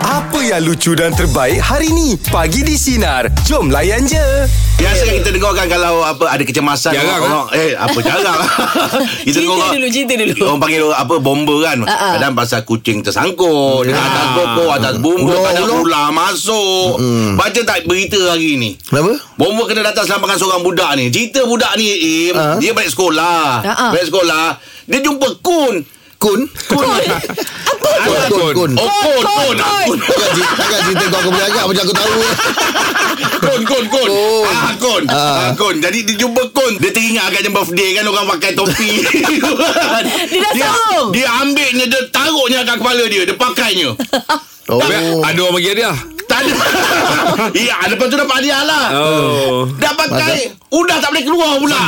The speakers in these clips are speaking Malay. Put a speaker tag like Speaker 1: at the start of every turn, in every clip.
Speaker 1: Apa yang lucu dan terbaik hari ni? Pagi di Sinar. Jom layan je.
Speaker 2: Biasa
Speaker 3: Ya.
Speaker 2: kan kita dengarkan kalau apa ada kecemasan
Speaker 4: Jarang,
Speaker 2: orang, eh apa jarang.
Speaker 3: Cerita dulu, cerita dulu.
Speaker 2: Orang panggil orang apa bomba kan.
Speaker 3: ah.
Speaker 2: Kadang pasal kucing tersangkut, dengan atas pokok, atas bumbu,
Speaker 5: Ular,
Speaker 2: kadang
Speaker 5: ular.
Speaker 2: ular masuk.
Speaker 3: Hmm.
Speaker 2: Baca tak berita hari ni.
Speaker 3: Lah.
Speaker 5: Kenapa?
Speaker 2: Bomba kena datang selamatkan seorang budak ni. Cerita budak ni Im,
Speaker 5: Ah.
Speaker 2: dia balik sekolah.
Speaker 3: Ah, ah.
Speaker 2: Balik sekolah, dia jumpa kun.
Speaker 5: Kun?
Speaker 2: Kun.
Speaker 3: Eh,
Speaker 5: Kun,
Speaker 2: Anak-
Speaker 5: lah kun, kun.
Speaker 2: Oh, kun, kun, ah, kun.
Speaker 5: Takkan cerita, takkan cerita kau aku boleh agak macam aku tahu.
Speaker 2: Kun, kun, kun.
Speaker 5: Kun.
Speaker 2: Ah, kun. Ah, kun. Jadi dia jumpa kun. Dia teringat agaknya birthday kan orang pakai topi.
Speaker 3: Dia dah
Speaker 2: dia,
Speaker 3: tahu.
Speaker 2: dia ambilnya, dia taruhnya kat kepala dia. Dia pakainya.
Speaker 5: Oh.
Speaker 4: Oh. Ada orang bagi hadiah
Speaker 2: Tak ada. ya, lepas tu dapat hadiah lah.
Speaker 4: Oh
Speaker 2: Dah pakai, udah tak boleh keluar pula.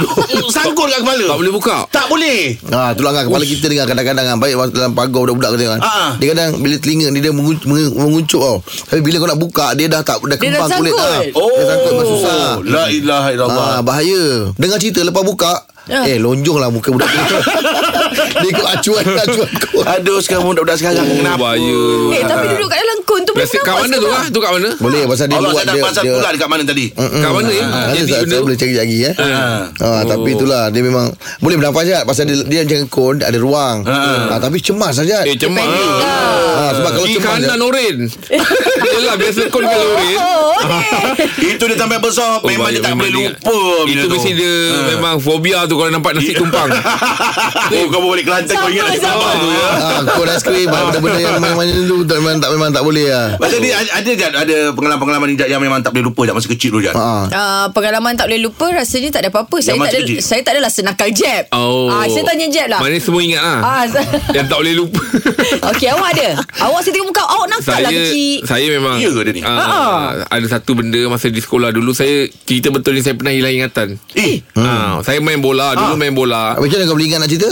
Speaker 2: Sangkut kat kepala.
Speaker 4: Tak boleh buka
Speaker 2: Tak boleh.
Speaker 5: Ha, itulah kan kepala kita dengar kadang-kadang kan baik masa dalam pagar budak-budak kita kan.
Speaker 2: Ah.
Speaker 5: Dia kadang bila telinga ni dia mengun- mengun- menguncup tau. Tapi bila kau nak buka dia dah tak dah
Speaker 3: Dia dah
Speaker 5: kembang kulit dah.
Speaker 3: sangkut.
Speaker 5: Dia sangkut dah susah.
Speaker 2: Oh. La ilaha illallah.
Speaker 5: Ha, bahaya. Dengar cerita lepas buka
Speaker 3: Ya.
Speaker 5: Eh lonjong lah muka budak tu Dia ikut acuan Acuan kau
Speaker 2: Aduh sekarang budak-budak sekarang
Speaker 4: Oh, bahaya
Speaker 3: Eh tapi duduk kat dalam kun tu
Speaker 4: Plastik kat mana tu lah Tu kat mana
Speaker 5: Boleh pasal dia
Speaker 2: Allah
Speaker 5: buat
Speaker 2: tak ada
Speaker 5: dia,
Speaker 2: pasal
Speaker 5: dia
Speaker 2: pula dekat mana tadi?
Speaker 4: Kat mana ya
Speaker 5: Ah,
Speaker 4: Jadi
Speaker 5: saya,
Speaker 4: benda
Speaker 5: saya
Speaker 4: tu
Speaker 5: boleh cari lagi eh.
Speaker 2: Ah.
Speaker 5: Ha, oh. tapi itulah dia memang boleh bernafas je pasal dia, dia macam kon ada ruang. Ha. tapi cemas saja.
Speaker 4: Eh cemas
Speaker 5: ha, sebab kalau
Speaker 4: Di
Speaker 5: cemas je,
Speaker 4: kanan Oren Yelah biasa kon kalau Oren
Speaker 2: Itu dia sampai besar
Speaker 4: Oh,
Speaker 2: Memang
Speaker 4: bahaya,
Speaker 2: dia tak boleh
Speaker 4: memang dia-
Speaker 2: lupa benda
Speaker 4: Itu
Speaker 2: tu.
Speaker 4: mesti dia
Speaker 2: Ah.
Speaker 4: Memang fobia tu Kalau nampak nasi tumpang
Speaker 2: Oh kau boleh Kelantan Kau ingat
Speaker 3: Sama,
Speaker 2: Sabah
Speaker 3: sama.
Speaker 2: tu ya
Speaker 5: Ha, kod aiskrim benda-benda yang main-main tu tak memang tak memang tak boleh lah.
Speaker 2: Macam ni ada ada Jad, ada pengalaman-pengalaman ni Jad, yang memang tak boleh lupa Jad, masa kecil tu Jad.
Speaker 5: Ha.
Speaker 3: Uh, pengalaman tak boleh lupa rasanya tak ada apa-apa saya
Speaker 2: Zaman
Speaker 3: tak ada
Speaker 2: kecil.
Speaker 3: saya tak adalah senakal Jeb.
Speaker 4: Oh
Speaker 3: Ah saya tanya Jeb lah.
Speaker 4: Maknanya semua ingat lah
Speaker 3: Ah, sa-
Speaker 4: Yang tak boleh lupa
Speaker 3: Okey awak ada. Awak saya tengok muka awak nakal lah
Speaker 4: saya
Speaker 3: kecil.
Speaker 4: saya memang
Speaker 2: Ya ke dia ni?
Speaker 4: ah, ada satu benda masa di sekolah dulu saya cerita betul ni saya pernah hilang ingatan.
Speaker 2: Eh
Speaker 4: Ah, saya main bola, dulu main bola.
Speaker 5: Macam mana kau boleh ingat nak cerita?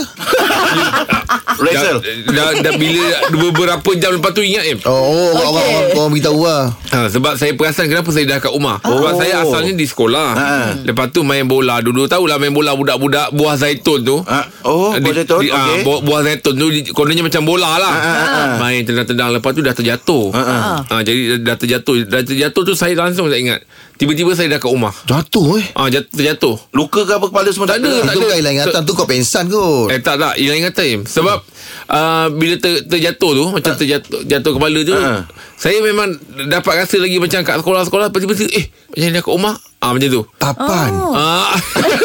Speaker 2: Rachel
Speaker 4: Dah, dah, dah bila beberapa jam lepas tu ingat eh.
Speaker 5: Oh, oh okay. orang orang kau beritahu lah.
Speaker 4: Ha, sebab saya perasan kenapa saya dah kat rumah. Oh. Sebab saya asalnya di sekolah.
Speaker 2: Ha.
Speaker 4: Lepas tu main bola dulu. Tahulah main bola budak-budak buah zaitun tu.
Speaker 2: Ah, oh, buah zaitun,
Speaker 4: ah,
Speaker 2: okey.
Speaker 4: buah, buah zaitun tu di- kononnya macam bola lah.
Speaker 2: Ha, ha,
Speaker 4: Main tendang-tendang lepas tu dah terjatuh. Ha,
Speaker 2: ha.
Speaker 4: jadi dah- dah terjatuh. Dah terjatuh tu saya langsung tak ingat. Tiba-tiba saya dah kat rumah.
Speaker 5: Jatuh eh.
Speaker 4: Ah, jat- terjatuh.
Speaker 2: Luka ke apa kepala semua
Speaker 4: Tak ada, tak
Speaker 5: Itu bukan hilang ingatan tu kau pensan kot.
Speaker 4: Eh tak tak Hilang ingatan Im. Sebab
Speaker 5: Hmm.
Speaker 4: uh, Bila ter, terjatuh tu Macam
Speaker 5: Ha.
Speaker 4: terjatuh Jatuh kepala tu
Speaker 2: Ah.
Speaker 4: Saya memang Dapat rasa lagi Macam kat sekolah-sekolah Tiba-tiba Eh macam ni aku rumah Ah macam tu
Speaker 3: Oh,
Speaker 5: Tapan.
Speaker 4: Ah,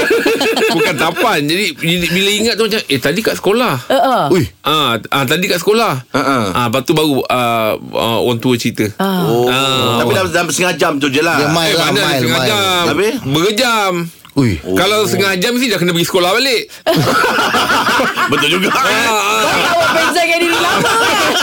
Speaker 4: Bukan tapan Jadi bila bila ingat tu macam Eh tadi kat sekolah
Speaker 3: Uh-uh.
Speaker 5: Ui,
Speaker 4: Ah, ah tadi kat sekolah.
Speaker 5: Ha,
Speaker 2: Ah, ah.
Speaker 4: Ah, lepas tu baru ah, ah, orang tua cerita. Ah.
Speaker 2: Oh.
Speaker 4: Ah.
Speaker 2: Tapi dalam, dalam setengah jam tu je lah
Speaker 5: Dia main.
Speaker 4: Eh,
Speaker 5: Mail lah,
Speaker 4: mana ada
Speaker 5: mail,
Speaker 4: setengah
Speaker 5: mail.
Speaker 4: jam.
Speaker 2: Habis?
Speaker 4: Berjam.
Speaker 5: ui.
Speaker 4: Oh. Kalau setengah jam mesti dah kena pergi sekolah balik.
Speaker 2: Betul juga
Speaker 4: ah, ah.
Speaker 3: Awak pensarkan diri lama kan.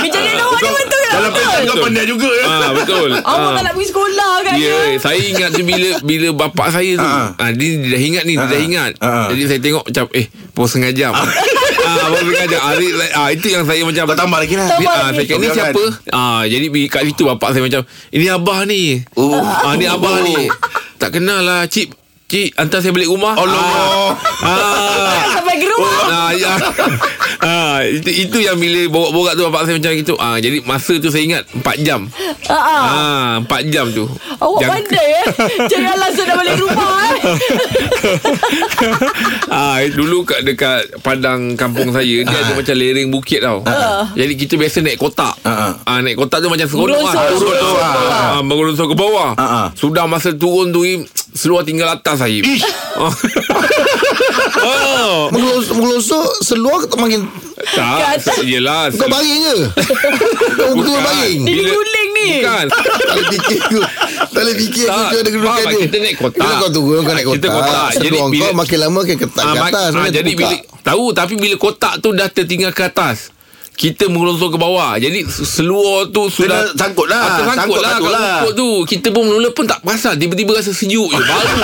Speaker 3: Macam mana awak dah betul lah.
Speaker 2: Dalam pesan kau
Speaker 4: Ah. Betul.
Speaker 2: pandai juga ya
Speaker 4: ah betul.
Speaker 3: Awak
Speaker 4: Ah.
Speaker 3: tak nak pergi sekolah kan.
Speaker 4: Ya,
Speaker 3: ya?
Speaker 4: yeah, saya ingat tu bila bila bapak saya tu.
Speaker 2: Ha.
Speaker 4: Ha. dia, dia dah ingat ni, dia dah ingat.
Speaker 2: Ha.
Speaker 4: Jadi saya tengok macam eh, pukul setengah jam. ah, baru setengah jam. Ah, dia- ah, itu yang saya macam
Speaker 2: Kau tambah lagi lah
Speaker 3: Tambah.
Speaker 4: Ah,
Speaker 3: lagi.
Speaker 4: saya kata ni
Speaker 2: Kau
Speaker 4: siapa? Ah, jadi pergi kat situ bapak saya macam, "Ini abah ni."
Speaker 2: Oh.
Speaker 4: Ah, ni abah ni. Tak kenal lah, cip. Cik, hantar saya balik rumah.
Speaker 2: Allah
Speaker 4: Ah.
Speaker 3: Sampai ke rumah.
Speaker 4: Ah, ya. ah, itu, itu yang bila borak-borak tu bapak saya macam gitu. Ah, jadi masa tu saya ingat 4 jam.
Speaker 3: Uh-uh.
Speaker 4: Ah, 4 jam tu.
Speaker 3: Awak
Speaker 4: Jang-
Speaker 3: pandai eh. Jangan langsung dah balik rumah eh.
Speaker 4: ah, dulu kat dekat padang kampung saya dia ada macam lereng bukit tau. Ah. Jadi kita biasa naik kotak.
Speaker 2: Ah,
Speaker 4: Ah, naik kotak tu macam seronok
Speaker 3: Merosot.
Speaker 2: Merosot.
Speaker 4: Ah, ah, merosot ke bawah.
Speaker 2: Ah, ah.
Speaker 4: Sudah masa turun tu Im, seluar tinggal atas saya.
Speaker 2: Ish.
Speaker 4: Ah. oh.
Speaker 5: Mengelosok, mengelosok seluar kau makin
Speaker 3: Ke
Speaker 4: Tak,
Speaker 3: atas.
Speaker 4: yelah.
Speaker 5: kau baring ke? Kau betul
Speaker 4: Bukan.
Speaker 5: baring.
Speaker 3: Dia
Speaker 4: Bila-
Speaker 3: guling ni.
Speaker 4: Bukan.
Speaker 5: Tak boleh fikir aku Tak boleh fikir aku
Speaker 4: Tak,
Speaker 5: Dia ada kedudukan
Speaker 4: faham tak?
Speaker 5: dia
Speaker 4: Kita naik kotak.
Speaker 5: Bila kau turun kau naik kotak
Speaker 4: Kita kotak. Jadi
Speaker 5: Seluar
Speaker 4: bila-
Speaker 5: kau makin lama Makin ketat
Speaker 4: Ah,
Speaker 5: ke
Speaker 4: ma-
Speaker 5: atas
Speaker 4: ah,
Speaker 5: Mana
Speaker 4: jadi
Speaker 5: terbuka.
Speaker 4: bila tahu tapi bila kotak tu dah tertinggal ke atas. Kita mengelonsor ke bawah. Jadi seluar tu sudah
Speaker 2: Kena sangkut lah.
Speaker 4: Ah,
Speaker 2: Sangkut
Speaker 4: Tersangkut
Speaker 2: kat
Speaker 4: lah
Speaker 2: tu
Speaker 4: kat
Speaker 2: lah.
Speaker 4: lah. tu. Kita pun mula pun tak perasan. Tiba-tiba rasa sejuk je. Baru.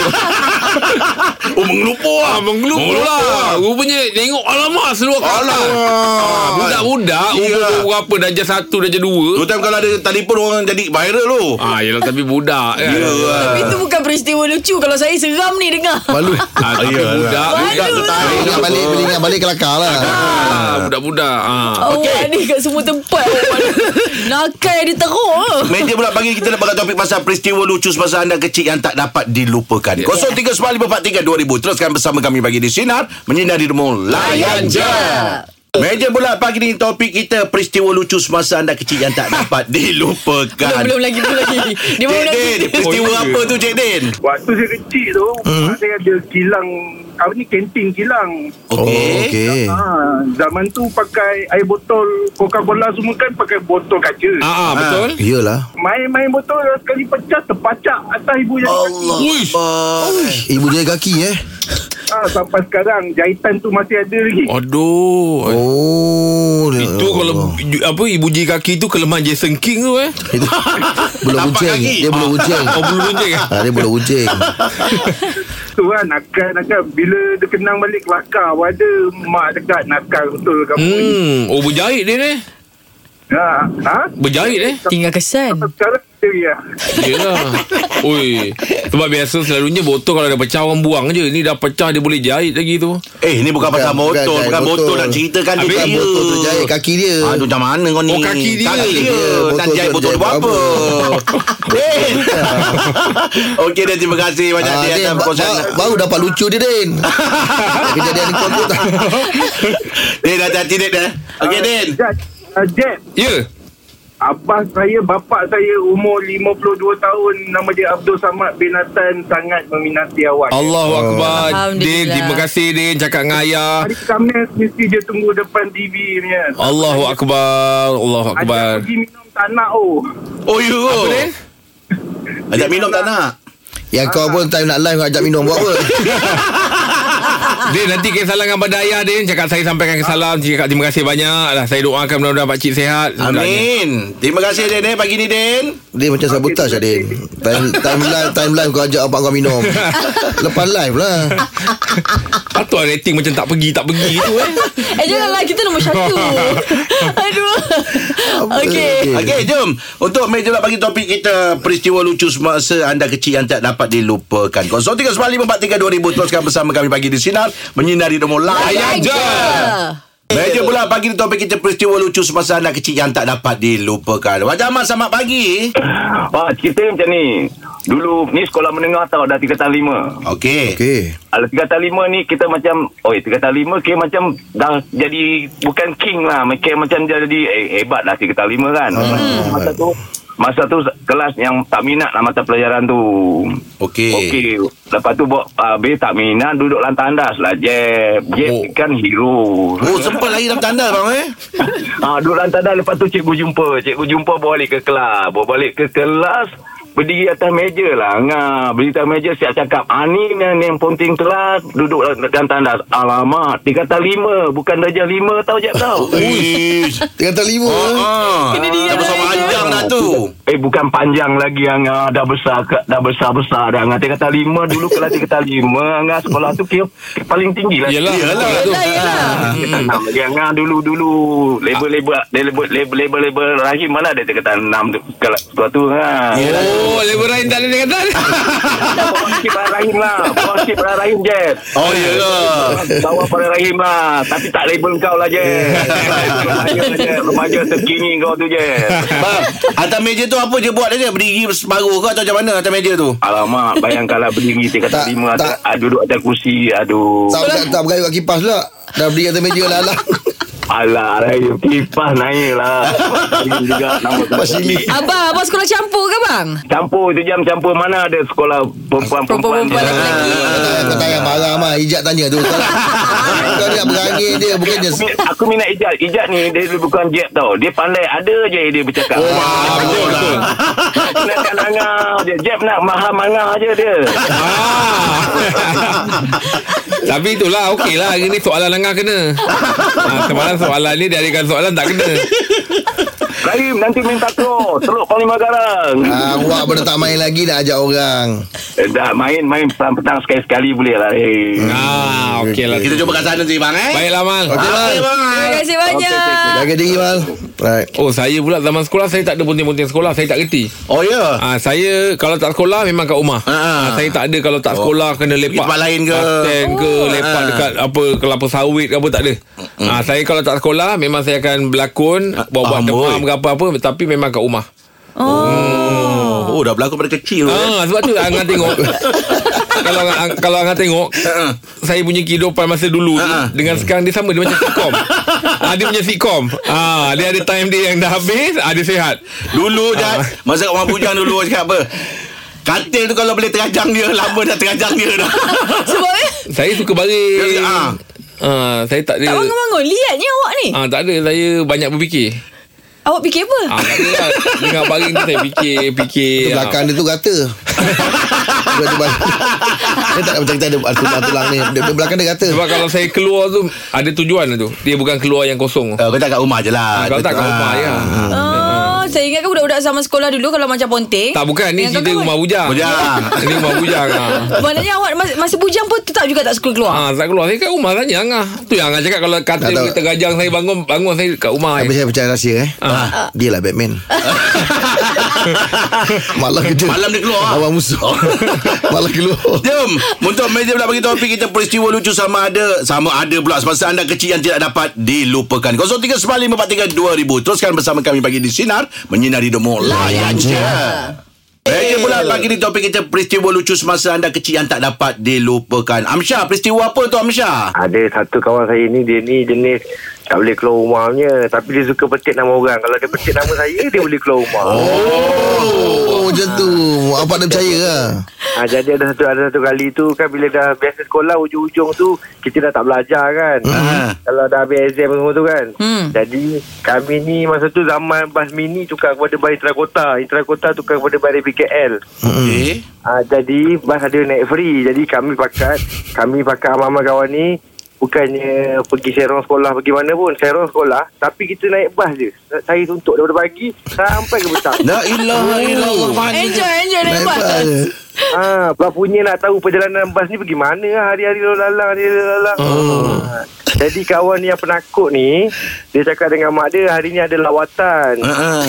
Speaker 2: Oh mengelupur
Speaker 4: ah,
Speaker 2: lah
Speaker 4: menggelupur lah. Rupanya tengok alamak seluar kat atas. Ah, Budak-budak umur
Speaker 2: Yelah.
Speaker 4: berapa darjah satu, darjah dua.
Speaker 2: Tu time kalau ada telefon orang jadi viral tu
Speaker 4: Ah, yelah tapi budak kan.
Speaker 2: lah
Speaker 3: Tapi itu bukan peristiwa lucu. Kalau saya seram ni dengar.
Speaker 5: Malu
Speaker 4: Ah, tapi
Speaker 2: Yelah.
Speaker 4: budak.
Speaker 2: Budak tu
Speaker 5: Bila
Speaker 2: tahu
Speaker 5: ingat balik Bila ingat balik kelakar lah
Speaker 2: Oh.
Speaker 4: Ah, budak-budak. Ah.
Speaker 3: Awak ni kat semua tempat. Nakal dia teruk ha. ke?
Speaker 2: Media pula pagi ni kita nak bagi topik pasal peristiwa lucu semasa anda kecil yang tak dapat dilupakan.
Speaker 3: Ya.
Speaker 2: 0395432000 teruskan bersama kami bagi di sinar menyinari rumah layan je. Meja pula pagi ni topik kita peristiwa lucu semasa anda kecil yang tak dapat
Speaker 3: Belum,
Speaker 2: dilupakan.
Speaker 3: belum lagi, belum lagi. Dia baru
Speaker 2: Cik
Speaker 3: lagi.
Speaker 2: Din, peristiwa
Speaker 4: Oh, ya.
Speaker 2: apa tu Cik Din?
Speaker 6: Waktu saya kecil tu hmm. Saya ada kilang Apa ni kantin kilang
Speaker 2: Okey.
Speaker 4: Eh?
Speaker 5: Oh, okey.
Speaker 6: ha, Zaman tu pakai air botol Coca-Cola semua kan Pakai botol kaca
Speaker 4: Ah, ah, betul.
Speaker 5: Iyalah.
Speaker 6: Main-main botol Sekali pecah Terpacak atas ibu yang
Speaker 2: Allah.
Speaker 4: Uish.
Speaker 5: Ibu dia kaki eh.
Speaker 6: ha, Sampai sekarang Jahitan tu masih ada lagi
Speaker 4: Oh.
Speaker 2: Ah.
Speaker 4: Aduh.
Speaker 5: Oh. dia-
Speaker 4: Itu kalau ju- apa ibu jari kaki tu kelemahan Jason King tu eh.
Speaker 5: Itu belum
Speaker 2: Tapak
Speaker 5: uceng.
Speaker 2: kaki.
Speaker 5: Dia belum uceng.
Speaker 4: Oh bulu runcing eh.
Speaker 5: Ah, dia belum uceng.
Speaker 6: Tu kan nakal-nakal Bila dia kenang balik kelakar Wada Mak dekat nakal betul kamu ni
Speaker 4: Hmm, oh berjahit dia ni.
Speaker 6: ha, ha?
Speaker 4: Berjahit eh.
Speaker 3: Tinggal kesan.
Speaker 6: Sampai sekarang dia ya.
Speaker 4: Yelah Ui Sebab biasa selalunya botol Kalau dah pecah orang buang je Ni dah pecah dia boleh jahit lagi tu
Speaker 2: Eh, ni bukan
Speaker 5: Bukan,
Speaker 2: pasal
Speaker 5: bukan
Speaker 2: motor,
Speaker 5: jahit
Speaker 2: bukan
Speaker 5: botol.
Speaker 2: motor nak ceritakan dia.
Speaker 4: Habis Ah,
Speaker 5: Bukan
Speaker 2: Dia.
Speaker 5: botol tu jahit kaki dia.
Speaker 2: Aduh Ah, macam mana kau ni
Speaker 4: Oh, kaki dia.
Speaker 2: Kaki dia,
Speaker 5: Dia,
Speaker 2: Nak
Speaker 5: botol
Speaker 2: jahit
Speaker 5: tu
Speaker 2: botol
Speaker 5: jahit
Speaker 2: buat apa Din Okey Din terima kasih banyak
Speaker 5: Ah,
Speaker 2: Din
Speaker 5: Din,
Speaker 2: atas
Speaker 5: ba-
Speaker 2: perkongsian
Speaker 5: ba- baru dapat lucu dia Din. Kejadian kau tu tak.
Speaker 2: Din hati-hati Din eh
Speaker 7: Ah.
Speaker 2: Okey Din
Speaker 6: Jet, ah, Jet
Speaker 4: Ya
Speaker 6: Abah saya, bapak saya umur 52 tahun Nama dia Abdul Samad bin Hatan Sangat meminati awak
Speaker 4: Allahu Akbar Din
Speaker 3: Alhamdulillah.
Speaker 4: terima kasih Din Cakap dengan ayah
Speaker 6: Hari Khamis mesti dia tunggu depan TV punya
Speaker 4: Allahu Akbar Allahu Akbar
Speaker 6: Ajak pergi minum tak nak oh
Speaker 2: Oh you
Speaker 4: Apa Din?
Speaker 2: Ajak minum tak nak
Speaker 5: Yang kau pun time nak live kau ajak minum buat apa?
Speaker 4: Din nanti kesalahan pada ayah Din Cakap saya sampaikan kesalam Cakap terima kasih banyak lah Saya doakan mudah-mudahan pakcik sehat
Speaker 2: Amin Terima kasih Din eh Pagi ni Din
Speaker 5: Dia macam sabotaj lah Din. Time, time live, time live kau ajak abang kau minum. Lepas live lah.
Speaker 4: Patut lah rating macam tak pergi Tak pergi gitu eh
Speaker 3: Eh janganlah kita nombor satu Aduh Okay
Speaker 5: Okey.
Speaker 2: Okey jom Untuk meja pula bagi topik kita Peristiwa lucu semasa anda kecil Yang tak dapat dilupakan 0395432000 Teruskan bersama kami pagi di Sinar Menyinari rumah layan je Meja pula pagi ni topik kita peristiwa lucu semasa anak kecil yang tak dapat dilupakan. Wajah Ahmad selamat pagi.
Speaker 7: Ah, cerita macam ni. Dulu ni sekolah menengah tau dah tingkatan lima.
Speaker 2: Okey. Okay.
Speaker 5: Okey.
Speaker 7: Alah tingkatan lima ni kita macam Oh tingkatan lima kira macam Dah jadi Bukan king lah Kira macam jadi eh, Hebat lah tingkatan lima kan
Speaker 5: Hmm.
Speaker 7: Masa tu Masa tu kelas yang tak minat lah mata pelajaran tu
Speaker 2: Okey.
Speaker 7: Okey Lepas tu buat ah, habis tak minat Duduk lantai tandas lah Jeb Jeb
Speaker 4: Oh.
Speaker 7: oh. kan hero
Speaker 2: Oh sempat lari dalam tanda bang eh.
Speaker 7: Ah, duduk lantai dah lepas tu cikgu jumpa. Cikgu jumpa bawa balik ke kelas. Bawa balik ke kelas berdiri atas meja lah. Ngah, berdiri atas meja siap cakap. Ah, ni yang, yang penting kelas duduk dalam tandas. Alamak, tingkatan lima. Bukan darjah lima tau Jeb tau.
Speaker 2: Uish.
Speaker 5: Tengah tak lima.
Speaker 2: Ah.
Speaker 3: Kena dia
Speaker 2: Dah besar
Speaker 3: dah
Speaker 2: panjang dah tu.
Speaker 7: Eh bukan panjang lagi Angah Dah besar ke, Dah besar-besar dah Angah Tingkatan lima Dulu kelas tingkatan lima Angah sekolah tu kira Paling tinggi lah
Speaker 4: Yelah
Speaker 2: Yelah.
Speaker 4: betul
Speaker 3: Yelah
Speaker 4: lah tu.
Speaker 3: yelah
Speaker 7: Tingkatan enam lagi Angah dulu-dulu Label-label Label-label label-label Rahim mana ada tingkatan enam tu Kalau sekolah tu ha.
Speaker 4: Oh level lain tak ada dia kata
Speaker 7: Bawa sikit barang rahim lah Bawa sikit barang rahim je
Speaker 2: Oh iyalah.
Speaker 7: Bawa barang rahim lah Tapi tak label kau lah je Remaja je Remaja terkini kau tu je
Speaker 2: Bang, atas meja tu apa je buat dia? Berdiri separuh ke atau macam mana atas meja tu?
Speaker 7: Alamak Bayangkanlah berdiri Tingkat
Speaker 5: Tak,
Speaker 7: lima
Speaker 5: tak.
Speaker 7: tak. Duduk atas kursi Aduh
Speaker 5: Tak, tak, tak bergayut kat kipas pula. Dah beli kata meja lah lah.
Speaker 7: Alah rahim Kipas naik lah Ini juga nama tak
Speaker 5: Kipas sini.
Speaker 3: Abang Abang sekolah campur ke bang?
Speaker 4: Ah.
Speaker 7: Campur tu jam campur Mana ada sekolah Perempuan-perempuan
Speaker 3: Perempuan-perempuan
Speaker 7: je.
Speaker 3: lelaki
Speaker 5: Kau tak- Kau tak payah marah mah Ijat tanya tu Kau kau ni nak berangin dia Bukan dia
Speaker 7: Aku minat- Aku minat Ijat Ijat ni Dia bukan jeb tau Dia pandai Ada je dia bercakap
Speaker 2: Oh, ah, betul betul.
Speaker 7: Nak kan angah je Jeb nak maham angah je dia
Speaker 4: Ah. Tapi itulah Okey lah Hari ni soalan langgar kena ah, Semalam soalan ni Dia adakan soalan tak kena
Speaker 7: Rahim nanti minta telur Telur paling garang
Speaker 5: Ah, Awak pun dah tak main lagi Nak ajak orang
Speaker 7: eh, Dah main-main petang-petang Sekali-sekali boleh lah Rahim
Speaker 4: ah, Okey lah
Speaker 2: Kita cuba kat sana nanti bang eh.
Speaker 4: Baiklah Mal
Speaker 5: Okey
Speaker 2: Okey,
Speaker 5: Mal
Speaker 2: bang.
Speaker 3: Terima kasih banyak
Speaker 5: Jaga diri Mal Right
Speaker 4: Oh saya pula zaman sekolah Saya tak ada bunting-bunting sekolah Saya tak kerti
Speaker 2: Oh ya. Yeah.
Speaker 4: Ah saya kalau tak sekolah memang kat rumah.
Speaker 2: Ah. Oh.
Speaker 4: Ah, saya tak ada kalau tak sekolah kena lepak
Speaker 2: tempat lain ke? Oh. Ah.
Speaker 4: Hotel ke lepak dekat apa kelapa sawit ke apa tak ada. Ah saya kalau tak sekolah memang saya akan berlakon buat-buat
Speaker 2: amboi.
Speaker 4: demam ke apa-apa apa tapi memang kat rumah.
Speaker 2: Oh, dah berlaku pada kecil.
Speaker 4: Ah, sebab tu Angah tengok. kalau Angah, kalau Angah tengok
Speaker 2: Ah.
Speaker 4: saya punya kehidupan masa dulu tu
Speaker 2: Ah.
Speaker 4: dengan sekarang dia sama dia macam sitcom. ah, dia punya sitcom. Ah, dia ada time dia yang dah habis, ah, dia sehat.
Speaker 2: Dulu
Speaker 4: Ah.
Speaker 2: dah Masa kat orang bujang dulu Orang cakap apa Katil tu kalau boleh terajang dia Lama dah terajang dia dah
Speaker 3: Sebabnya
Speaker 4: Saya suka baring.
Speaker 2: Ah.
Speaker 4: Ah. saya tak
Speaker 3: tak
Speaker 4: ada
Speaker 3: bangun-bangun. Lihatnya awak ni.
Speaker 4: Ah, tak ada saya banyak berfikir.
Speaker 3: Awak fikir apa?
Speaker 4: Ah, tak ada lah. Dengan baring tu saya fikir, fikir. Ah,
Speaker 5: Ke belakang dia tu rata Dia tu balik. Dia tak ada macam kita ada tulang-tulang ni Dia dia belakang dia rata
Speaker 4: Ah. Sebab kalau saya keluar tu ada tujuan lah tu. Dia bukan keluar yang kosong.
Speaker 5: Ah,
Speaker 2: Eh, Kau tak kat rumah je lah
Speaker 4: Kalau tak kat rumah ya.
Speaker 3: Oh, saya ingatkan budak-budak zaman sekolah dulu kalau macam ponting.
Speaker 4: Tak bukan
Speaker 3: Yang
Speaker 4: ni
Speaker 3: eh?
Speaker 4: cerita
Speaker 3: kawan-kawan.
Speaker 4: rumah bujang.
Speaker 2: Bujang.
Speaker 4: Ini rumah bujang. ah.
Speaker 3: Maknanya awak masa, masa bujang pun tetap juga tak suka keluar.
Speaker 4: Ah, saya keluar saya kat rumah saja Angah. Tu yang Angah cakap kalau kata
Speaker 5: Tak tahu.
Speaker 4: kita gajang saya bangun bangun saya kat rumah.
Speaker 5: Tapi
Speaker 4: Eh.
Speaker 5: saya percaya rahsia eh
Speaker 4: Ah.
Speaker 5: Dia lah Batman Malah kerja
Speaker 2: Malam dia keluar.
Speaker 5: Awal musuh Malah keluar
Speaker 2: Jom Untuk meja pula bagi topik kita Peristiwa lucu sama ada Sama ada pula Semasa anda kecil yang tidak dapat Dilupakan 0395432000 Teruskan bersama kami pagi di Sinar Menyinari Demo Layan je Meja pula pagi di topik kita Peristiwa lucu semasa anda kecil yang tak dapat Dilupakan Amsyah peristiwa apa tu Amsyah?
Speaker 7: Ada satu kawan saya ni Dia ni jenis Tak boleh keluar rumah punya Tapi dia suka petik nama orang Kalau dia petik nama saya Dia boleh keluar rumah oh.
Speaker 5: Oh macam tu Apa dia percaya lah
Speaker 7: ha, Jadi ada satu ada satu kali tu Kan bila dah biasa sekolah Ujung-ujung tu Kita dah tak belajar kan
Speaker 2: Ah.
Speaker 7: Kalau dah habis exam semua tu kan
Speaker 3: Hmm.
Speaker 7: Jadi kami ni Masa tu zaman bas mini Tukar kepada bas Intrakota Intrakota tukar kepada bas BKL
Speaker 4: Hmm.
Speaker 2: Okay
Speaker 7: Ah, jadi bas ada naik free. Jadi kami pakat, kami pakat amal-amal kawan ni bukannya pergi serong sekolah pergi mana pun, serong sekolah, tapi kita naik bas je. Saya suntuk daripada pagi sampai ke petang.
Speaker 2: La
Speaker 4: Oh.
Speaker 2: ilaha illallah
Speaker 3: Enjoy, enjoy naik
Speaker 5: Naik
Speaker 3: bas.
Speaker 5: bas.
Speaker 7: Ah, ha, punya nak tahu perjalanan bas ni pergi mana lah hari-hari lalang, hari lalang. Oh. Jadi kawan yang penakut ni, dia cakap dengan mak dia hari ni ada lawatan.
Speaker 2: Ah,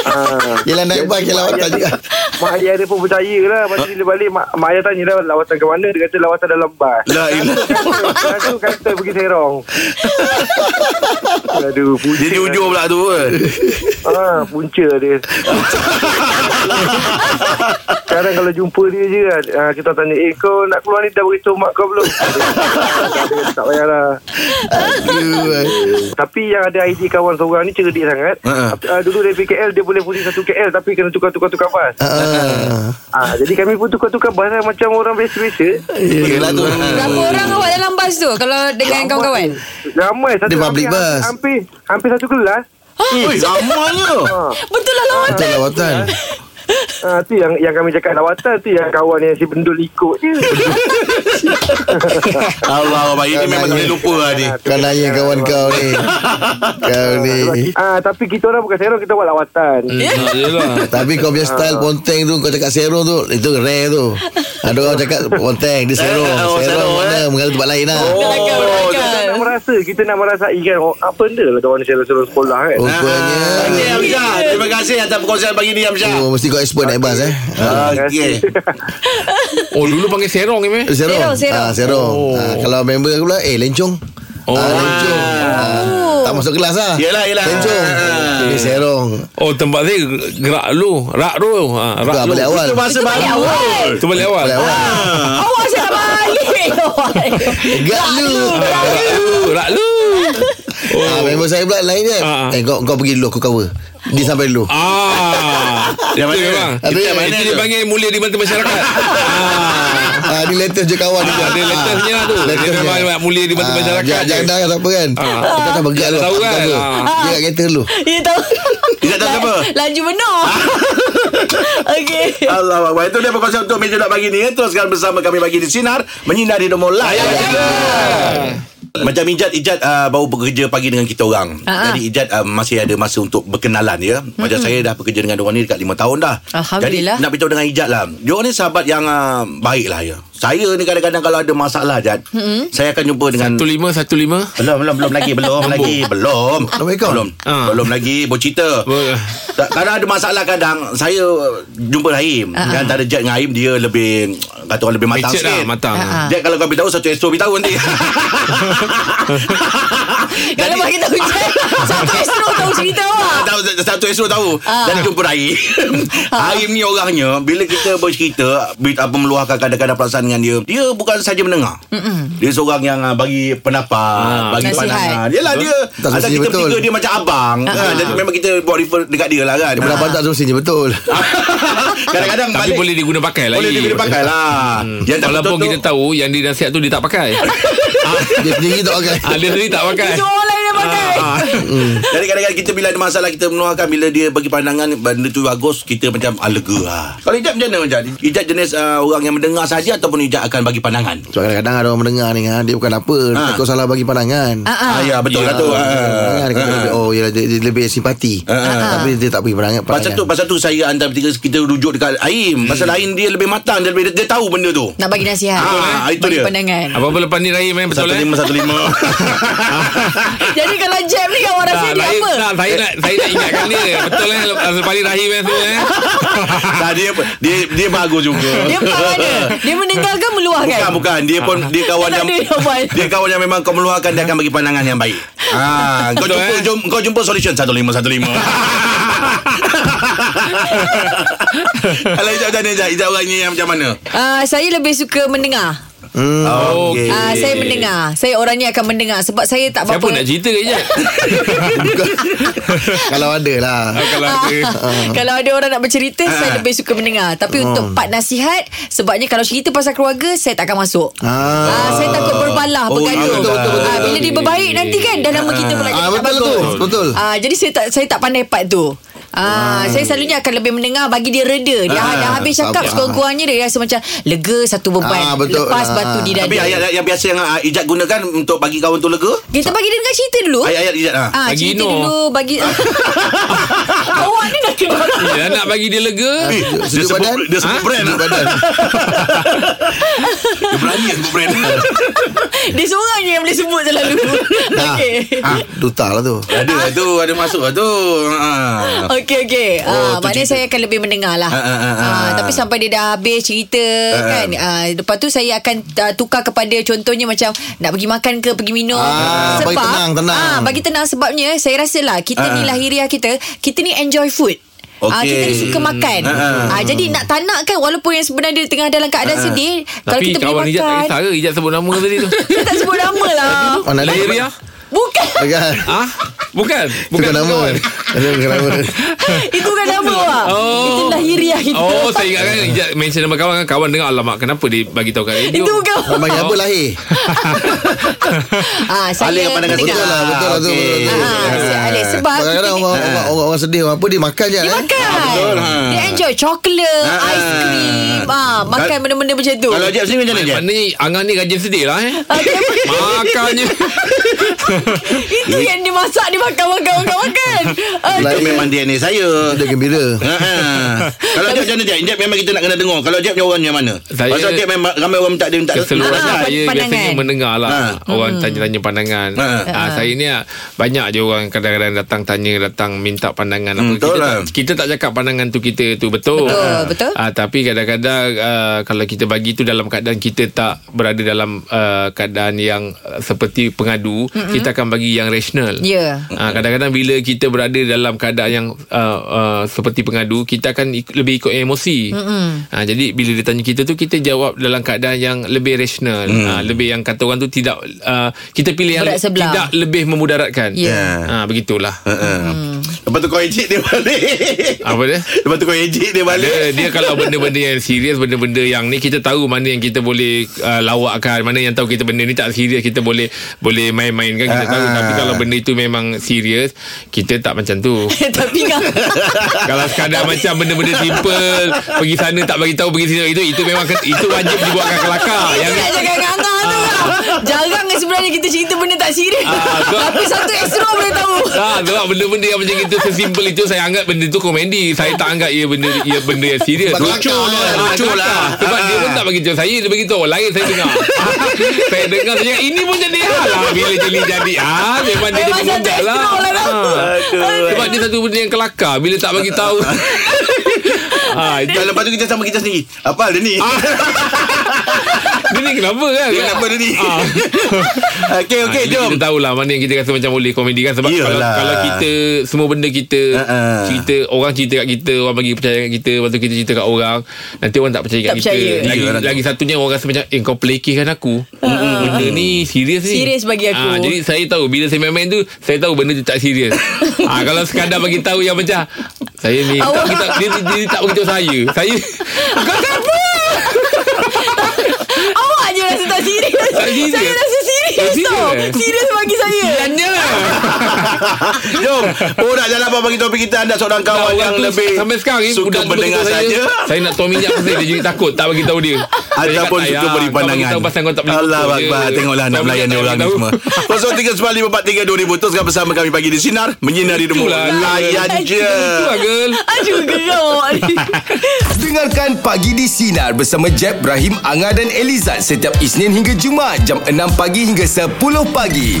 Speaker 7: Ah.
Speaker 5: Yelah naik bas Yelah awak tak juga
Speaker 7: Mak ayah dia pun percaya lah Lepas tu bila balik Mak, mak ayah tanya dah Lawatan ke mana Dia kata lawatan dalam bas
Speaker 2: La ilaha
Speaker 7: lah. Satu kata pergi serong Aduh punca
Speaker 2: Dia jujur pula tu kan
Speaker 7: ah, Punca dia Sekarang kalau jumpa dia je kan ah, Kita tanya Eh kau nak keluar ni Dah beritahu mak kau belum Dia kata, Tak payah lah Tapi yang ada ID kawan seorang ni Cerdik sangat
Speaker 2: Ha.
Speaker 7: Ah, Dulu dari PKL Dia boleh pusing satu KL Tapi kena tukar-tukar-tukar bas
Speaker 5: Ah.
Speaker 7: Ah, jadi kami pun tukar-tukar barang macam orang biasa-biasa.
Speaker 5: Yelah tu
Speaker 3: Berapa orang awak dalam bas tu kalau
Speaker 2: Ya,
Speaker 3: dengan kawan-kawan?
Speaker 7: Ramai satu
Speaker 5: Dia public
Speaker 7: hampir,
Speaker 5: bus.
Speaker 7: Hampir, hampir satu kelas.
Speaker 2: Ui, samanya
Speaker 3: Betul lah lawan.
Speaker 5: Betul lawatan
Speaker 7: Ah, tu yang yang kami cakap lawatan tu yang kawan yang si bendul ikut je.
Speaker 2: Allah, Allah Ini memang tak boleh lupa lah ni
Speaker 5: Kau nanya kawan kau ni Kau ni
Speaker 7: ah, tapi kita orang bukan serong kita buat lawatan.
Speaker 4: Hmm, yelah.
Speaker 5: Tapi kau punya style ponteng tu Kau cakap serong tu Itu rare tu Ada orang cakap ponteng Dia serong
Speaker 2: Eh, oh,
Speaker 5: Serong
Speaker 2: serong,
Speaker 5: mana Mengalir tempat lain
Speaker 2: Oh,
Speaker 5: lah
Speaker 3: Belakang, belakang.
Speaker 7: Nak merasa Kita nak merasai kan oh, Apa benda lah Kawan serong-serong sekolah kan
Speaker 5: Rupanya
Speaker 2: Ah, Okey Amsyah Terima kasih atas perkongsian pagi ni Amsyah
Speaker 5: Oh, mesti kau expert naik bas eh
Speaker 2: Okey
Speaker 4: Oh dulu panggil serong ni meh.
Speaker 5: Serong
Speaker 3: Serong, serong.
Speaker 5: Ah, serong.
Speaker 4: Oh.
Speaker 5: Ah, Kalau member aku pula Eh lencong
Speaker 4: Oh.
Speaker 5: Ah, lencong Ah, Tak masuk kelas lah
Speaker 2: Yelah, yelah.
Speaker 5: Lencong
Speaker 2: Ah.
Speaker 5: Dia serong
Speaker 4: Oh tempat saya gerak lu, rak lu. Ha, rak
Speaker 5: Bukan
Speaker 4: lu.
Speaker 5: balik awal
Speaker 2: Itu masa baru Ah.
Speaker 4: Tu balik awal.
Speaker 5: Balik awal
Speaker 3: Awak saya dah balik.
Speaker 5: Gak lu
Speaker 4: Ah, Rak lu, rak lu.
Speaker 5: Ah, Member saya pula lain je
Speaker 4: Ah.
Speaker 5: Eh kau kau pergi dulu Aku cover Dia sampai dulu
Speaker 4: Ah.
Speaker 2: Yang
Speaker 4: Itu
Speaker 2: mana?
Speaker 4: memang.
Speaker 5: Itu
Speaker 4: Itu lah.
Speaker 5: yang mana
Speaker 4: dia
Speaker 2: tu?
Speaker 4: panggil mulia di mata masyarakat. Ah.
Speaker 5: Ah, Ni latest je kawan
Speaker 4: Ah, dia latestnya lah tu. Dia
Speaker 5: Latestnya.
Speaker 4: memang memang mulia di mata
Speaker 5: Ah,
Speaker 4: masyarakat
Speaker 5: Jangan
Speaker 4: je.
Speaker 5: jangan dah siapa kan Kita tak bergerak
Speaker 4: Dia
Speaker 5: dulu
Speaker 4: tak tahu kan?
Speaker 5: Dia kat kereta dulu
Speaker 3: Ya tahu.
Speaker 2: Dia tak tahu siapa? Ah.
Speaker 3: Laju benar. Okey.
Speaker 2: Allah Akbar Itu dia perkongsian untuk meja nak pagi ni ya. Teruskan bersama kami pagi di Sinar Menyinari Demo Layan Kita. macam Ijat Ijat uh, baru bekerja pagi dengan kita orang
Speaker 3: Ah, ah.
Speaker 2: Jadi Ijat uh, masih ada masa untuk berkenalan ya Macam saya dah bekerja dengan orang ni dekat 5 tahun dah
Speaker 3: Alhamdulillah.
Speaker 2: Jadi nak beritahu dengan Ijat lah Dia orang ni sahabat yang uh, baik lah ya Saya ni kadang-kadang kalau ada masalah Jad, hmm. saya akan jumpa dengan
Speaker 4: Satu lima Satu lima
Speaker 2: belum belum belum lagi belum lagi belum
Speaker 5: Nombor akaun?
Speaker 2: belum
Speaker 4: Ah.
Speaker 2: belum lagi buat cerita
Speaker 4: Boleh.
Speaker 2: Tak, kadang ada masalah kadang saya jumpa Rahim
Speaker 3: Ah.
Speaker 2: uh-huh. kan antara Jack dengan Rahim dia lebih kata orang lebih matang
Speaker 4: Mecet lah
Speaker 2: sikit
Speaker 4: Matang
Speaker 3: Ah, ah.
Speaker 2: Jack kalau kau beritahu satu esok beritahu nanti
Speaker 3: Kalau bagi tahu je Satu astro tahu cerita awak
Speaker 2: tahu satu esok tahu
Speaker 3: Ah.
Speaker 2: dan jumpa Rahim Rahim ni orangnya bila kita bercerita ber- apa meluahkan kadang-kadang perasaan dengan dia dia bukan saja mendengar Mm-mm. dia seorang yang ah, bagi pendapat
Speaker 4: Ah.
Speaker 2: bagi
Speaker 3: Nasihat. Ah,
Speaker 2: pandangan yelah dia
Speaker 5: Tak
Speaker 2: ada
Speaker 5: semestinya
Speaker 2: kita
Speaker 5: betul.
Speaker 2: bertiga dia macam abang kan jadi memang kita buat refer dekat dia lah kan
Speaker 4: Ah.
Speaker 5: Pendapat tak semestinya betul
Speaker 2: kadang-kadang
Speaker 4: Tapi
Speaker 2: balik
Speaker 4: boleh diguna pakai lagi
Speaker 2: boleh dia pakai lah yang tak
Speaker 4: Walaupun
Speaker 2: betul
Speaker 4: kita
Speaker 2: tu
Speaker 4: tahu Yang dinasihat tu dia tak pakai
Speaker 5: Dia sendiri tak pakai
Speaker 4: ah, Dia sendiri tak pakai
Speaker 3: Itu orang lain yang pakai
Speaker 2: Ah,
Speaker 3: Hmm.
Speaker 2: jadi kadang-kadang kita bila ada masalah kita menuahkan bila dia bagi pandangan benda tu bagus kita macam ah, lega lah. Kalau Ijat macam mana Ijat? Ijat jenis uh, orang yang mendengar saja ataupun Ijat akan bagi pandangan?
Speaker 5: Sebab kadang-kadang ada orang mendengar ni kan Dia bukan apa
Speaker 4: Ah.
Speaker 2: Ha.
Speaker 5: Kau salah bagi pandangan
Speaker 3: Ah, ah.
Speaker 2: Ah, ya betul lah tu. Ah,
Speaker 5: Pandangan dia kata
Speaker 2: ah.
Speaker 5: lebih- Oh yelah, dia, dia lebih simpati Tapi dia tak bagi pandangan
Speaker 2: Pasal tu
Speaker 5: pandangan.
Speaker 2: pasal tu saya antara tiga kita rujuk dekat Aim.
Speaker 3: Hmm.
Speaker 2: Pasal Aim dia lebih matang dia lebih dia tahu benda tu.
Speaker 3: Nak bagi nasihat ya?
Speaker 2: Ah, itu
Speaker 3: Bagi
Speaker 2: dia.
Speaker 3: pandangan
Speaker 4: Apa-apa lepas ni Rahim eh Betul
Speaker 2: Satu
Speaker 4: eh
Speaker 2: lima satu lima.
Speaker 3: Jadi kalau jam ni Kawan rasa
Speaker 4: Tak,
Speaker 3: dia
Speaker 4: Rahim,
Speaker 3: apa
Speaker 4: tak, saya nak saya nak ingatkan dia. Betul eh lepas ni Rahim eh semua eh.
Speaker 2: Nah, dia dia dia bagus juga.
Speaker 3: Dia part mana Dia meninggalkan meluahkan
Speaker 2: Bukan bukan dia pun dia kawan
Speaker 3: Kan? Tak
Speaker 2: yang
Speaker 3: ada yang buat.
Speaker 2: dia kawan yang memang kau meluahkan dia akan bagi pandangan yang baik. Ah, kau
Speaker 4: Betul,
Speaker 2: jumpa,
Speaker 4: eh?
Speaker 2: jumpa kau jumpa solution 1515. Kalau Ijab macam mana Ijab? Ijab orangnya yang macam mana?
Speaker 3: Ah, Saya lebih suka mendengar
Speaker 5: Hmm.
Speaker 2: Oh,
Speaker 4: okey.
Speaker 3: Ah, Saya mendengar Saya orangnya akan mendengar Sebab saya tak
Speaker 4: Siapa
Speaker 3: apa-apa
Speaker 4: nak cerita ke Ijat?
Speaker 5: Kalau ada lah
Speaker 2: Ah,
Speaker 4: Kalau ada.
Speaker 3: Ah. Kalau ada orang nak bercerita Saya lebih suka mendengar Tapi untuk part nasihat Sebabnya kalau cerita pasal keluarga Saya tak akan masuk
Speaker 5: Ah.
Speaker 3: Ah, Saya takut berbalah
Speaker 2: Oh,
Speaker 3: Bergaduh
Speaker 2: betul, betul, betul,
Speaker 3: Ah, Bila dia berbaik nanti kan Dah nama kita pula jadi
Speaker 5: Ah,
Speaker 3: tak
Speaker 5: betul
Speaker 3: bagus.
Speaker 5: tu Betul
Speaker 3: Ah, jadi saya tak saya tak pandai part tu. Ah, saya selalunya akan lebih mendengar bagi dia reda. Dia ah, dah habis cakap
Speaker 5: sabar.
Speaker 3: sekurang-kurangnya dia rasa macam lega satu beban.
Speaker 5: Ah, betul.
Speaker 3: Lepas
Speaker 5: Ah.
Speaker 3: batu di dada.
Speaker 2: Tapi ayat yang biasa yang ah, Ijat gunakan untuk bagi kawan tu lega?
Speaker 3: kita bagi dia dengar cerita dulu.
Speaker 2: Ayat-ayat Ijat ah.
Speaker 3: Ah,
Speaker 4: Bagi
Speaker 3: cerita
Speaker 4: Ino.
Speaker 3: dulu bagi Awak ni nak keluar.
Speaker 4: Ya, nak bagi dia lega.
Speaker 2: Eh, dia
Speaker 5: Sejuk
Speaker 2: sebut,
Speaker 5: badan?
Speaker 2: dia sebut
Speaker 4: Ha?
Speaker 2: brand lah.
Speaker 5: Sejuk Ah, badan
Speaker 2: Dia berani yang sebut brand
Speaker 3: Dia seorang je yang boleh sebut selalu. Okey.
Speaker 5: Ah, Duta lah tu
Speaker 2: Ada lah tu Ada masuk lah tu ha.
Speaker 3: Okey okey.
Speaker 2: Oh,
Speaker 3: Ah,
Speaker 2: tu cerita.
Speaker 3: maknanya saya akan lebih mendengar lah.
Speaker 2: Ah, ah, ah, ah.
Speaker 3: Ah, tapi sampai dia dah habis cerita kan. Ah, lepas tu saya akan ah, tukar kepada contohnya macam nak pergi makan ke pergi minum.
Speaker 5: Ah, bagi tenang, tenang.
Speaker 3: Ah, bagi tenang sebabnya saya rasalah kita ni lahiriah kita, kita ni enjoy food.
Speaker 2: Ah,
Speaker 3: Ah,
Speaker 2: Okey.
Speaker 3: kita ni suka makan.
Speaker 2: Ah,
Speaker 3: Ah, jadi nak tak nak kan walaupun yang sebenarnya dia tengah dalam keadaan sedih, kalau
Speaker 4: Tapi
Speaker 3: kita
Speaker 4: kawan
Speaker 3: pergi
Speaker 4: Ijat tak
Speaker 3: makan.
Speaker 4: kisah ke Ijat sebut nama tadi tu?
Speaker 3: Saya tak sebut nama lah.
Speaker 5: Oh, nak
Speaker 4: Lahiriah?
Speaker 3: Bukan.
Speaker 5: Bukan
Speaker 4: Ah, bukan.
Speaker 5: Bukan
Speaker 4: Bukan
Speaker 5: nama
Speaker 4: kawan.
Speaker 5: Bukan nama
Speaker 3: Itu kan nama awak.
Speaker 4: Oh.
Speaker 3: Itu lahiriah kita.
Speaker 4: Oh, saya ingatkan Ijat mention nama kawan kan kawan dengar alamak kenapa dia bagi tahu kat radio.
Speaker 3: Itu bukan
Speaker 4: Oh,
Speaker 5: Nak bagi apa lahir
Speaker 3: Ah, saya
Speaker 2: Alih yang pandangan
Speaker 3: mendengar.
Speaker 5: Betul lah Betul lah tu
Speaker 2: Okey.
Speaker 5: betul, betul.
Speaker 3: Ah, saya alih. sebab
Speaker 5: Kadang-kadang
Speaker 3: kita-
Speaker 5: orang, orang, orang, orang sedih orang apa Dia makan je
Speaker 3: dia
Speaker 5: eh.
Speaker 3: makan.
Speaker 4: lah.
Speaker 3: Dia enjoy coklat,
Speaker 2: Ah,
Speaker 4: Ha.
Speaker 2: ah.
Speaker 3: aiskrim, ah, makan
Speaker 2: Kal-
Speaker 3: benda-banda macam tu.
Speaker 2: Kalau Ijat sini macam mana Ijat?
Speaker 4: Maknanya Angan ni rajin sedih lah eh.
Speaker 3: Ah, dia makan-
Speaker 4: Makannya.
Speaker 3: Itu yang dia masak Dia makan makan makan makan Ah,
Speaker 4: Lah,
Speaker 2: Itu memang DNA saya
Speaker 5: Dia gembira
Speaker 2: Ha, ha. Kalau Jeb macam mana Jeb? Jeb memang kita nak kena dengar Kalau Jeb ni orang yang mana
Speaker 4: Saya-
Speaker 2: Pasal Jeb memang Ramai orang minta dia minta
Speaker 3: Ah,
Speaker 4: Keseluruhan saya
Speaker 3: pandangan. Hmm.
Speaker 4: biasanya mendengar lah Orang tanya-tanya pandangan
Speaker 2: Ha.
Speaker 4: Ah, Saya ni ah, banyak je orang kadang-kadang datang tanya Datang minta pandangan apa.
Speaker 2: Hmm, betul
Speaker 4: kita,
Speaker 2: lah.
Speaker 4: tak, kita tak cakap pandangan tu kita tu betul
Speaker 3: Betul,
Speaker 4: Ah.
Speaker 3: betul.
Speaker 4: Ah, Tapi kadang-kadang ah, Kalau kita bagi tu dalam keadaan kita tak berada dalam ah, keadaan yang ah, Seperti pengadu Kita akan bagi yang rasional
Speaker 3: Ya.
Speaker 4: Ah, Kadang-kadang bila kita berada dalam keadaan yang ah, ah, Seperti pengadu Kita akan ik- lebih ikut emosi Ah, Jadi bila dia tanya kita tu Kita jawab dalam keadaan yang lebih rasional Ah, Lebih yang kata orang tu tidak ah, Kita pilih yang
Speaker 3: Berat sebelah.
Speaker 4: tidak lebih memudaratkan
Speaker 3: Ya.
Speaker 4: Ah, Begitulah
Speaker 2: Ha,
Speaker 4: Hmm.
Speaker 2: Lepas tu kau ejek dia balik
Speaker 4: Apa dia?
Speaker 2: Lepas tu kau ejek dia balik
Speaker 4: Dia, dia kalau benda-benda yang serius Benda-benda yang ni Kita tahu mana yang kita boleh uh, Lawakkan Mana yang tahu kita benda ni tak serius Kita boleh Boleh main-mainkan Kita tahu
Speaker 2: Ah, ah.
Speaker 4: Tapi kalau benda itu memang serius Kita tak macam tu
Speaker 3: Tapi kan
Speaker 4: Kalau sekadar macam benda-benda simple Pergi sana tak bagi tahu Pergi sini tak bagi tahu Itu memang ke- Itu wajib dibuatkan kelakar ya
Speaker 3: Yang
Speaker 4: kan? Ha, Yang
Speaker 3: nak jaga nganga tu lah Jarang kan sebenarnya kita cerita benda tak serius.
Speaker 4: Ah, tu-
Speaker 3: Tapi satu extra boleh tahu.
Speaker 4: Ah, sebab benda-benda yang macam itu sesimpel itu saya anggap benda tu komedi. Saya tak anggap ia benda ia benda yang serius.
Speaker 5: Sebab
Speaker 2: Lucu lah,
Speaker 4: Ah,
Speaker 2: lucu
Speaker 4: kelakar.
Speaker 2: lah.
Speaker 4: Sebab dia
Speaker 2: Ah.
Speaker 4: pun tak bagi tahu saya, dia bagi tahu orang lain saya dengar. saya dengar saya cakap, ini pun jadi hal lah bila jadi jadi. Ah, memang
Speaker 3: Memang
Speaker 4: dia
Speaker 3: satu
Speaker 4: mengundang
Speaker 3: extra
Speaker 4: lah.
Speaker 3: lah dah.
Speaker 4: Ah.
Speaker 2: Aduh.
Speaker 4: Sebab dia satu benda yang kelakar bila tak bagi tahu. ah, itu
Speaker 2: Dan lepas tu kita sama kita sendiri Apa dia ni
Speaker 4: Ah. dia ni kenapa kan?
Speaker 2: Dia kenapa dia ni
Speaker 4: Ah.
Speaker 2: Okay okay
Speaker 4: Ha, jadi
Speaker 2: jom
Speaker 4: Ah, Kita tahulah mana yang kita rasa macam boleh komedi kan sebab kalau,
Speaker 2: Iyalah.
Speaker 4: kalau kita semua benda kita
Speaker 2: Ha-ha.
Speaker 4: uh-uh. cerita orang cerita kat kita orang bagi percaya kat kita lepas tu kita cerita kat orang nanti orang tak percaya kat
Speaker 3: Tak
Speaker 4: kita
Speaker 3: percaya.
Speaker 4: lagi
Speaker 2: Iyalah.
Speaker 4: lagi satunya orang rasa macam eh kau pelekehkan aku uh-uh. benda ni serius ni
Speaker 3: Serius bagi aku.
Speaker 4: Ah, jadi saya tahu bila saya main-main tu saya tahu benda tu tak serius ah, kalau sekadar bagi tahu yang macam saya ni tak,
Speaker 3: Awak-
Speaker 4: kita, dia, dia, dia tak beritahu saya saya kau siapa
Speaker 3: Awak je rasa tak serius.
Speaker 4: Tak serius.
Speaker 3: Saya rasa serius
Speaker 4: Tak serius
Speaker 3: tau.
Speaker 4: eh?
Speaker 3: Serius bagi saya.
Speaker 2: Jom Oh nak jalan apa bagi topik kita Anda seorang kawan
Speaker 4: Orang
Speaker 2: yang
Speaker 4: tu
Speaker 2: lebih
Speaker 4: Sampai sekarang ni
Speaker 2: Suka
Speaker 4: budak tu
Speaker 2: mendengar
Speaker 4: beritahu
Speaker 2: saja
Speaker 4: saya, saya nak tuang minyak pasal dia jadi takut Tak bagi tahu dia Saya cakap,
Speaker 2: Ataupun
Speaker 4: "Tak
Speaker 2: suka
Speaker 4: payah,
Speaker 2: beri
Speaker 4: kau
Speaker 2: pandangan
Speaker 4: bagi tahu pasal kau tak beli
Speaker 2: Allah
Speaker 4: pokok je.
Speaker 2: Akbar Tengoklah nak
Speaker 4: Kau
Speaker 2: melayan
Speaker 4: beli
Speaker 2: dia
Speaker 4: tak
Speaker 2: orang ni
Speaker 4: tahu."
Speaker 2: semua 0395432000 Teruskan bersama kami pagi di Sinar Menyinari demo
Speaker 4: Itulah.
Speaker 2: Layan je
Speaker 4: Itulah lah, girl
Speaker 3: Aduh geram awak ni.
Speaker 1: Dengarkan Pagi di Sinar bersama Jeb, Ibrahim, Anga dan Elizad setiap Isnin hingga Jumaat jam 6 pagi hingga 10 pagi.